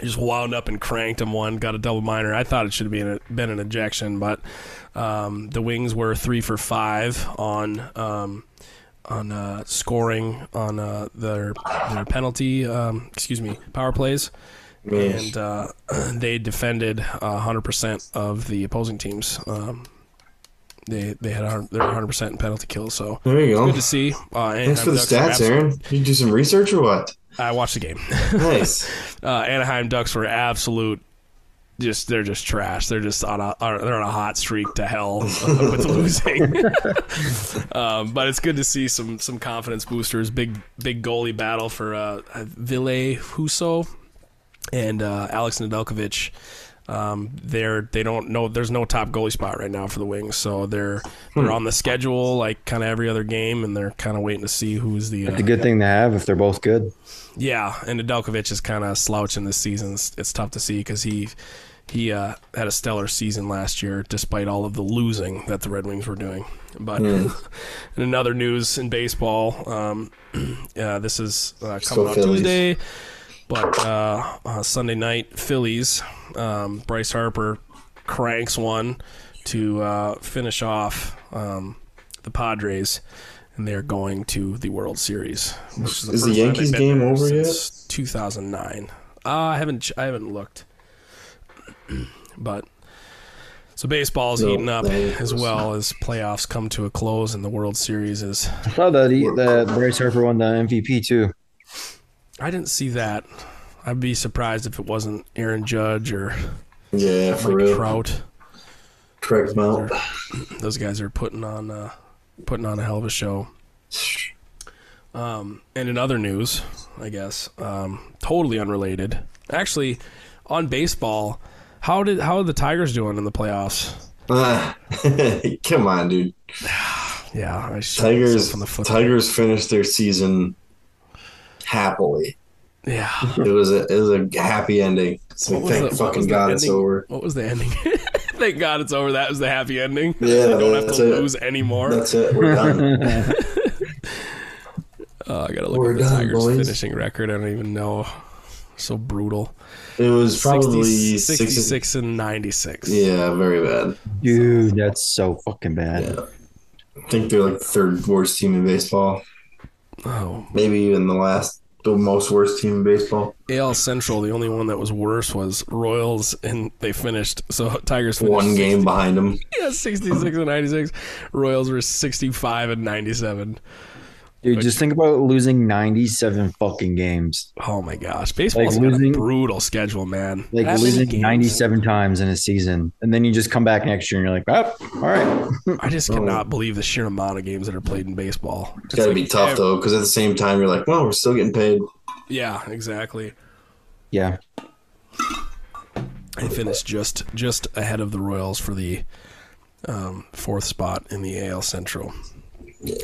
just wound up and cranked him one, got a double minor. I thought it should have been, a, been an ejection, but um, the Wings were three for five on um, on uh, scoring on uh, their their penalty, um, excuse me, power plays, and uh, they defended hundred percent of the opposing team's um, they they had 100, they're 100 percent in penalty kills. So
There you go.
good to see. Uh, Anaheim
Mm. Thanks for the
Ducks were
stats,
absolute-
Aaron. Did you do some research or what?
I watched the game.
Nice.
uh, Anaheim Ducks were absolute. Just they're just trash. They're just on a are- they're on a hot streak to hell with losing. um, but it's good to see some some confidence boosters. Big big goalie battle for uh, Ville Husso and uh, Alex Nedeljkovic. Um, they're they don't know. There's no top goalie spot right now for the Wings, so they're they're on the schedule like kind of every other game, and they're kind of waiting to see who's the uh,
It's a good thing to have if they're both good.
yeah, and Nedeljkovic is kind of slouching this season. It's, it's tough to see because he he uh, had a stellar season last year, despite all of the losing that the Red Wings were doing. But
Hmm.
in another news in baseball, um, uh, this is uh, coming
Still
on
Phillies.
Tuesday, but uh, uh, Sunday night Phillies. Um, Bryce Harper cranks one to uh, finish off um, the Padres. And they're going to the World Series. Which is the
Is
first
the
time
Yankees
they've been
game
there
over yet?
since 2009. Uh, I haven't ch- I haven't looked, but so baseball is
No,
heating up
they-
as well as playoffs come to a close and the World Series is.
I saw that he, that Bryce Harper won the MVP too.
I didn't see that. I'd be surprised if it wasn't Aaron Judge or
yeah, for
Mike
real.
Trout.
Correct Mount.
Those guys are putting on uh, putting on a hell of a show. Um, And in other news, I guess, um, totally unrelated. Actually, on baseball, how did how are the Tigers doing in the playoffs?
Ah, come on, dude.
Yeah, I shot
Tigers
myself on the foot.
Tigers finished their season happily.
Yeah,
It was a it was a happy ending. So
was
thank
the- what was
fucking
the
God it's
ending?
over.
What was the ending? Thank God it's over. That was the happy ending.
Yeah,
I don't have
that's
to
it.
lose anymore.
That's it. We're done.
Oh, I gotta look
We're
at the
done,
Tigers'
boys.
finishing record. I don't even know. So brutal.
It was probably
60,
60
66 and 96.
Yeah, very bad.
Dude, that's so fucking bad.
I think they're like the third worst team in baseball.
Oh,
Maybe even the last, the most worst team in baseball.
AL Central. The only one that was worse was Royals, and they finished. So Tigers finished
One game behind them.
Yeah, 66 and 96. Royals were 65 and 97.
Dude, just think about losing 97 fucking games.
Oh my gosh. Baseball's
Like
got
losing-
a brutal schedule, man.
Like
That many
losing
games.
97 times in a season. And then you just come back next year and you're like, oh, all right.
I just cannot believe the sheer amount of games that are played in baseball. It's
It's got to
like
be tough
ev-
though, because at the same time you're like, well, we're still getting paid.
Yeah, exactly.
Yeah.
They finished just just ahead of the Royals for the um, fourth spot in the AL Central.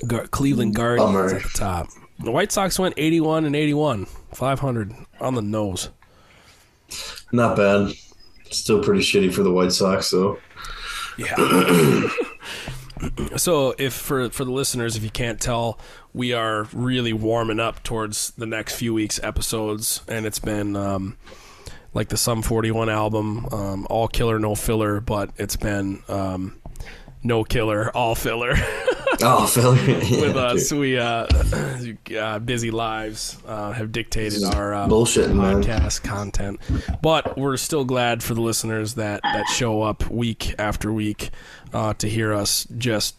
Gar- Cleveland Guardians
Bummer.
at the top. The White Sox went 81 and 81, 500 on the nose.
Not bad. Still pretty shitty for the White Sox though.
Yeah. so if for for the listeners, if you can't tell, we are really warming up towards the next few weeks episodes, and it's been um, like the Sum Forty One album, um, all killer, no filler, but it's been. Um, no killer, all filler
Oh, failure Yeah,
with
dude.
us. We uh, uh, busy lives uh, have dictated our uh,
Bullshitting, man.
podcast content. But we're still glad for the listeners that that show up week after week uh, to hear us just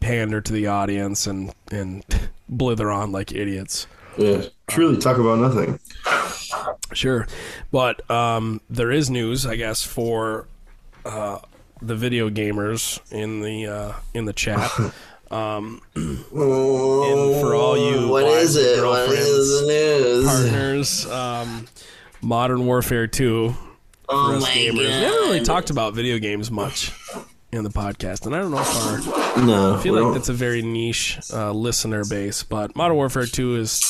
pander to the audience and and blither on like idiots.
Yeah, truly talk about nothing.
Sure, but um, there is news, I guess, for uh, the video gamers in the uh, in the chat.
Oh,
for all you
what
wives
is
and
it? What
girlfriends,
is the news?
partners. Um, Modern Warfare 2.
oh
us gamers. We haven't really talked about video games much in the podcast, and I don't know if our,
No,
I feel
we
like
don't-
that's a very niche uh, listener base. But Modern Warfare 2 is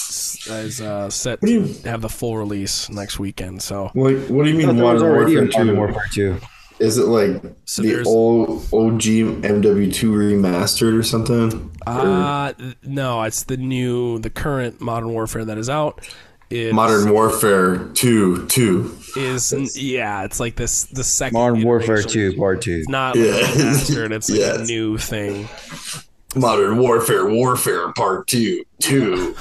is uh, set to have the full release next weekend. So
Like, what do you mean?
There
Modern
was already a
Warfare
Modern
2?
Warfare 2.
Is it like
So
the
there's-
old OG MW2 remastered or something?
uh, no, it's the new, the current Modern Warfare that is out. Is,
Modern Warfare 2 2.
is yeah, it's like this the second
Modern Warfare
iteration.
2, part 2.
It's not like
Yeah.
remastered, it's like a
Yes.
new thing.
Modern Warfare Warfare Part 2 2.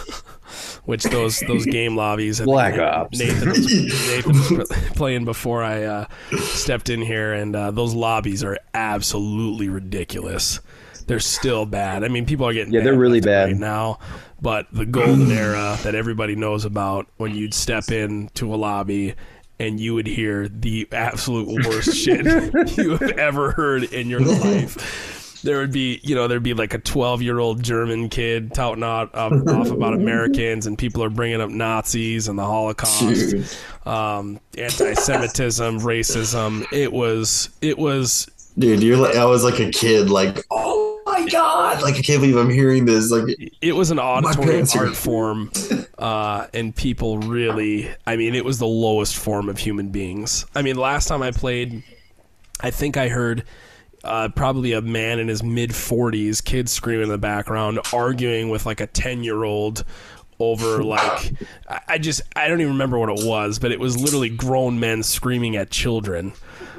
which those those game lobbies. I
Black
think
Ops.
Nathan was, Nathan was playing before I uh, stepped in here, and uh, those lobbies are absolutely ridiculous. They're still bad. I mean, people are getting
Yeah, they're
banned
really
left and
bad.
right now. But the golden era that everybody knows about, when you'd step in to a lobby and you would hear the absolute worst shit you have ever heard in your life. There would be, you know, there'd be like a 12 year old German kid touting out, up, off about Americans, and people are bringing up Nazis and the Holocaust
Dude.
um, anti-Semitism, racism. It was it was
Dude, you're like I was like a kid, like, oh my god, like I can't believe I'm hearing this. Like
it was an auditory
parents are-
art form, uh, and people really. I mean, it was the lowest form of human beings. I mean, last time I played, I think I heard. Uh, probably a man in his mid 40s, kids screaming in the background, arguing with like a 10 year old over like I, I just I don't even remember what it was, but it was literally grown men screaming at children.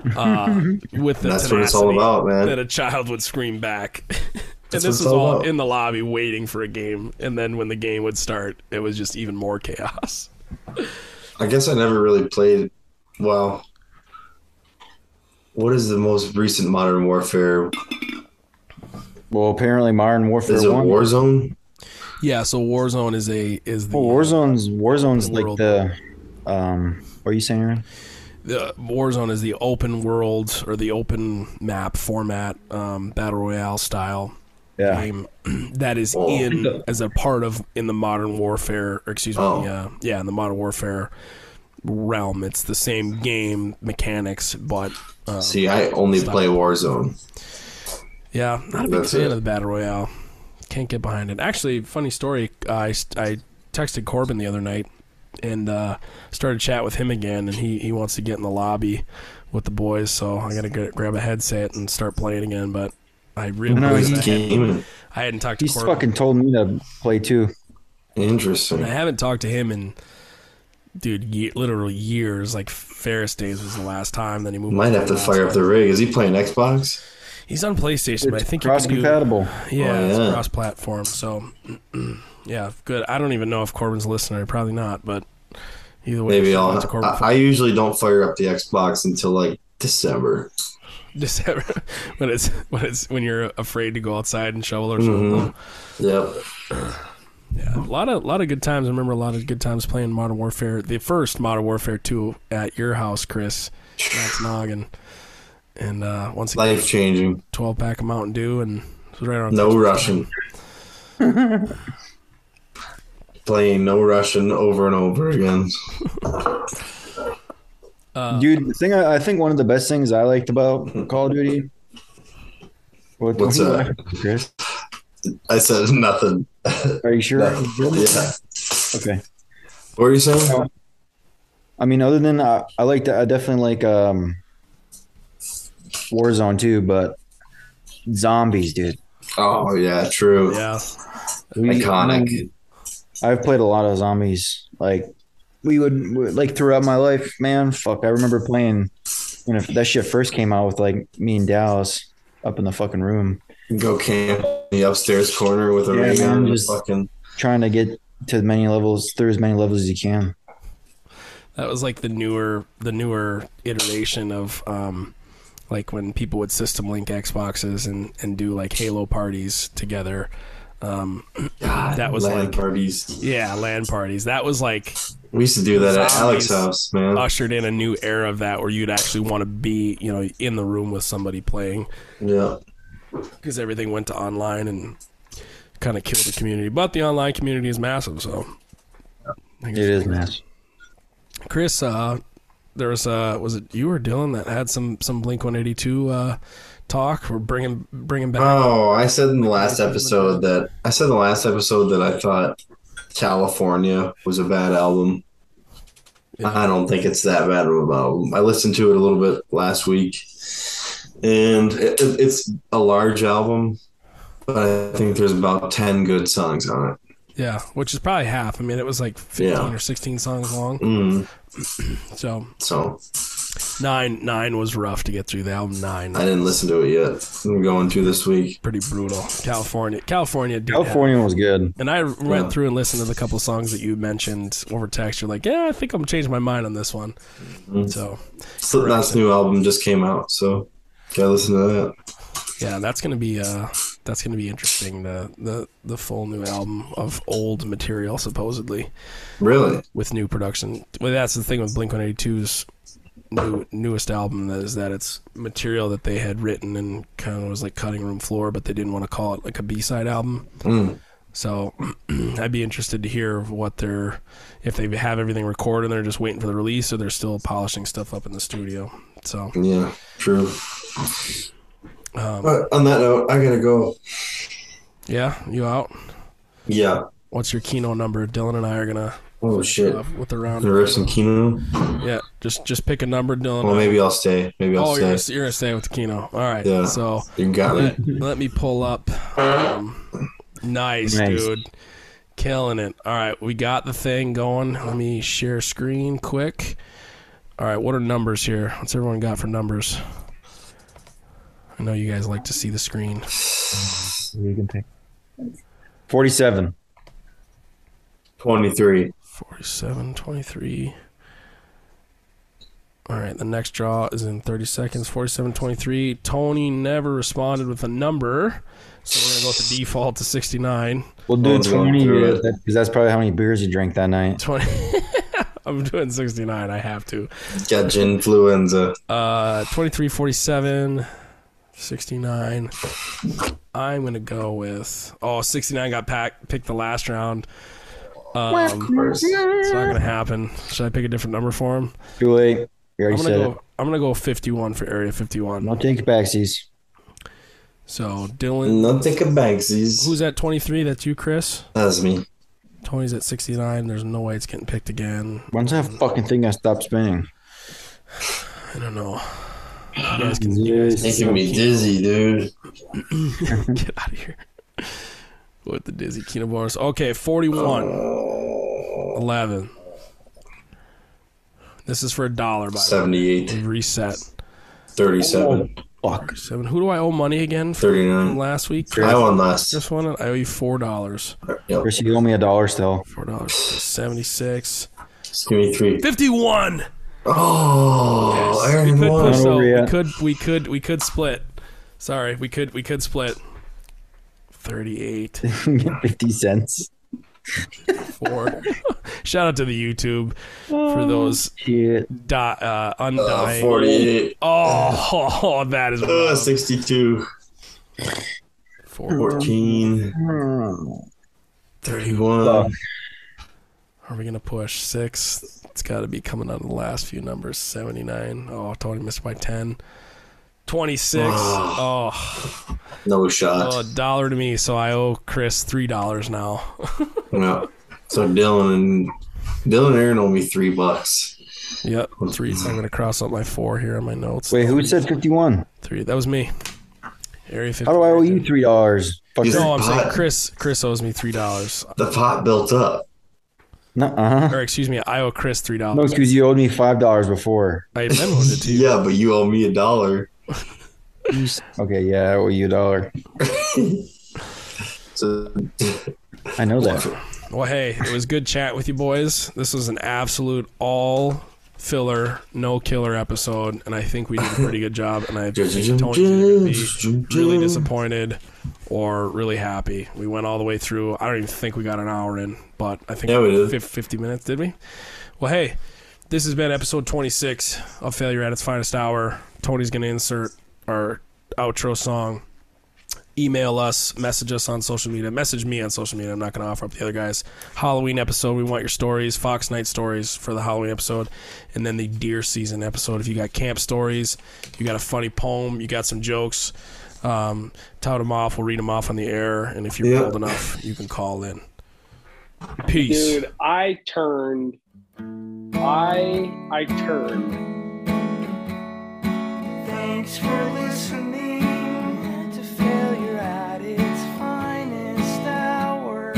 Uh, with the
That's what it's all
tenacity
about, man.
That a child would scream back. and this
That's what it's
was
all
all
about.
in the lobby waiting for a game, and then when the game would start, it was just even more chaos.
I guess I never really played well. What is the most recent modern warfare?
Well, apparently Modern Warfare
Is it
One.
Warzone?
Yeah, so Warzone is a is the
Well, Warzone's Warzone's like
World.
the. Um, what are you saying? Aaron?
the Warzone is the open world or the open map format um, battle royale style
Yeah.
game that is in as a part of in the modern warfare or excuse me
Oh.
yeah yeah in the modern warfare realm it's the same game mechanics but uh,
See, I only play Warzone.
yeah not a big
That's
fan
it.
of the battle royale can't get behind it actually funny story I, I texted Corbin the other night and uh, started chat with him again and he, he wants to get in the lobby with the boys so I gotta get, grab a headset and start playing again but I really
No,
wish
he-
I, hadn't,
Game.
I hadn't talked to
He's
Corbin
fucking told me to play too.
I
Interesting.
haven't talked to him in, dude, ye- literally years. Like Ferris days was the last time. Then he moved.
Might have to fire up the rig. Is he playing Xbox?
He's on PlayStation, but I think you can
cross
do-
compatible.
Yeah,
Oh,
it's
yeah.
cross-platform. So, yeah, good. I don't even know if Corbin's a listener. Probably not, but either way,
Maybe
shout
I'll.
out to Corbin
I,
for-
I usually don't fire up the Xbox until like December.
December when it's when it's when you're afraid to go outside and shovel or something.
Yep. Mm-hmm.
Yeah, a lot of lot of good times. I remember a lot of good times playing Modern Warfare, the first Modern Warfare two at your house, Chris, Matt's noggin, and uh, once again,
Life changing.
twelve pack of Mountain Dew, and it was right on.
No Russian. Playing no Russian over and over again.
uh,
Dude, the thing I, I think one of the best things I liked about Call of Duty. What-
What's
what are
that?
you laughing at, Chris?
I said nothing.
Are you sure?
yeah.
Okay.
What were you saying?
I mean, other than I, I like that, I definitely like um, Warzone too, but zombies, dude.
Oh yeah, true.
Yeah,
We- um,
Iconic.
I've played a lot of zombies. Like we would like throughout my life, man. Fuck, I remember playing when if that shit first came out with like me and Dallas up in the fucking room
Go camp in the upstairs corner with a
Yeah,
ring
man,
on and
just-
fucking
trying to get to as many levels through as many levels as you can.
that was like the newer the newer iteration of um, like when people would system link Xboxes and and do like Halo parties together. Um,
God,
That was
LAN
like-
parties.
yeah, land parties. That was like
We used to do that at
Zombies.
Alex's house, man.
ushered in a new era of that where you'd actually want to be, you know, in the room with somebody playing.
yeah.
because everything went to online and kind of killed the community. But the online community is massive, so I think
It
it's-
is massive.
Chris, uh, there was uh, was it you or Dylan that had some some Blink One Eighty Two uh, talk? We're bringing bringing back.
Oh, I said in the last episode that I said in the last episode that I thought California was a bad album. I don't think it's that bad of an album. I listened to it a little bit last week, and it, it- it's a large album, but I think there's about ten good songs on it.
Yeah, which is probably half. I mean, it was like 15
Yeah.
or 16 songs long.
Mm,
So
so
nine nine was rough to get through. The album nine,
I didn't listen to it yet. I'm going to this week.
pretty brutal. California, California, did
California was good.
And I went
Yeah.
through and listened to the couple songs that you mentioned over text. You're like, yeah, I think I'm changing my mind on this one.
Mm-hmm.
So
Slipknot's new album just came out, so gotta listen to that.
yeah, that's gonna be uh, that's gonna be interesting. The the the full new album of old material supposedly
Really?
with new production. Well, that's the thing with Blink 182's new, newest album that is that it's material that they had written and kind of was like cutting room floor, but they didn't want to call it like a B side album.
Mm.
So I'd be interested to hear what they're if they have everything recorded and they're just waiting for the release or they're still polishing stuff up in the studio. So
Yeah, true.
Um,
but on that note, I gotta go.
yeah, you out.
Yeah.
What's your keynote number? Dylan and I are gonna
Oh shit.
uh, with the
Gonna
round.
rip some Kino.
Yeah, just just pick a number, Dylan.
Well, maybe I'll stay. Maybe I'll
oh, you're
stay.
gonna, you're gonna stay with the keynote. All right.
Yeah.
So
You got me.
let, let me pull up. Um, nice,
Nice.
dude. Killing it. All right, we got the thing going. Let me share screen quick. All right, what are numbers here? What's everyone got for numbers? I know you guys like to see the screen.
You can take forty-seven.
23.
47, 23. All right, the next draw is in 30 seconds. 47, 23. Tony never responded with a number, so we're going to go with the default to 69.
We'll do
Oh, it's going
twenty
through
because
it.
that's probably how many beers you drank that night.
20. I'm doing 69. I have to.
Got influenza.
Uh, 23, 47, 69. I'm going to go with. Oh, 69 got pack, picked the last round. Um, it's not going to happen. Should I pick a different number for him?
Too late. You already
I'm gonna
said
go.
it.
I'm gonna go 51 for Area 51.
No take backsies.
So Dylan,
Nothing of Banksy's.
who's at 23? That's you, Chris.
That's me.
Tony's at 69. There's no way it's getting picked again.
When's that fucking thing gonna stop spinning?
I don't know. You guys can, you guys can
Making me dizzy, dude.
get out of here with the dizzy Kino bars. Okay, 41, 11. This is for a dollar, by the way.
78,
Reset. Oh.
37,
Fuck.
Seven. Who do I owe money again from
39.
last week?
I won last.
This one, I owe you four dollars.
Yep.
Chris, you owe me a dollar still.
Four dollars seventy six.
Just give me three.
Fifty one.
Oh,
we
Iron
could push
One.
Not
though.
over
We
yet.
could we could we could split. Sorry, we could we could split. Thirty-eight,
Get fifty cents.
four. Shout out to the YouTube for those
Shit.
di- uh,
Uh,
undying.
48,
oh, that is
uh,
rough.
62,
four.
14,
Oh,
31.
Are we gonna push six? It's got to be coming out of the last few numbers. Seventy-nine. Oh, Tony missed by ten. Twenty-six. Oh,
No shot.
a dollar to me, so I owe Chris three dollars now.
No. So Dylan and Dylan and Aaron owe me three bucks.
Yep, three. So I'm gonna cross out my four here on my notes.
Wait, who said fifty-one?
Three. That was me. Area 50.
How do I owe you three dollars? Fuck.
He's-
No, I'm saying
Pot.
Chris. Chris owes me three dollars.
The pot built up.
Nuh-uh.
Or excuse me, I owe Chris three
uh-huh. No,
dollars.
because you owed me five dollars before.
I memoed it to you.
Yeah, but you owe me a dollar.
Okay, yeah, I owe you a dollar.
So
I know that.
Well, hey, it was good chat with you boys. This was an absolute all filler, no killer episode, and I think we did a pretty good job. And I think Tony's either gonna be really disappointed or really happy. We went all the way through. I don't even think we got an hour in, but I think
Yeah, we did.
fif- 50 minutes, did we? Well, hey, this has been episode 26 of Failure at its Finest Hour. Tony's going to insert our outro song. Email us, message us on social media, message me on social media. I'm not going to offer up the other guys. Halloween episode, we want your stories, Fox Night stories for the Halloween episode, and then the deer season episode. If you got camp stories, you got a funny poem, you got some jokes, um, tout them off. We'll read them off on the air, and if you're
Yeah.
bold enough, you can call in. Peace.
Dude, I turned. I I turned.
Thanks for listening to Failure at its finest hour.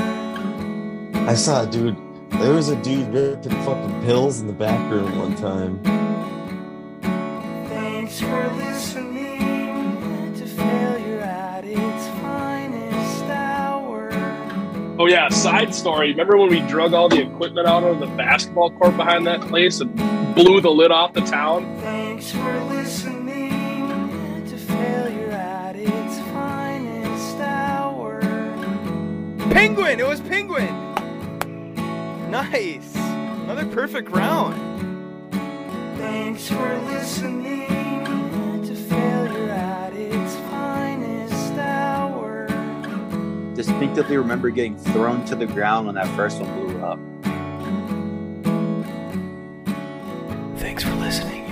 I saw a dude. There was a dude ripping fucking pills in the back room one time.
Thanks for listening to failure at its finest hour.
Oh yeah, side story. Remember when we drug all the equipment out on the basketball court behind that place and blew the lid off the town?
Thanks for listening to failure at its finest hour.
Penguin! It was Penguin! Nice! Another perfect round.
Thanks for listening to failure at its finest hour.
Distinctively remember getting thrown to the ground when that first one blew up.
Thanks for listening.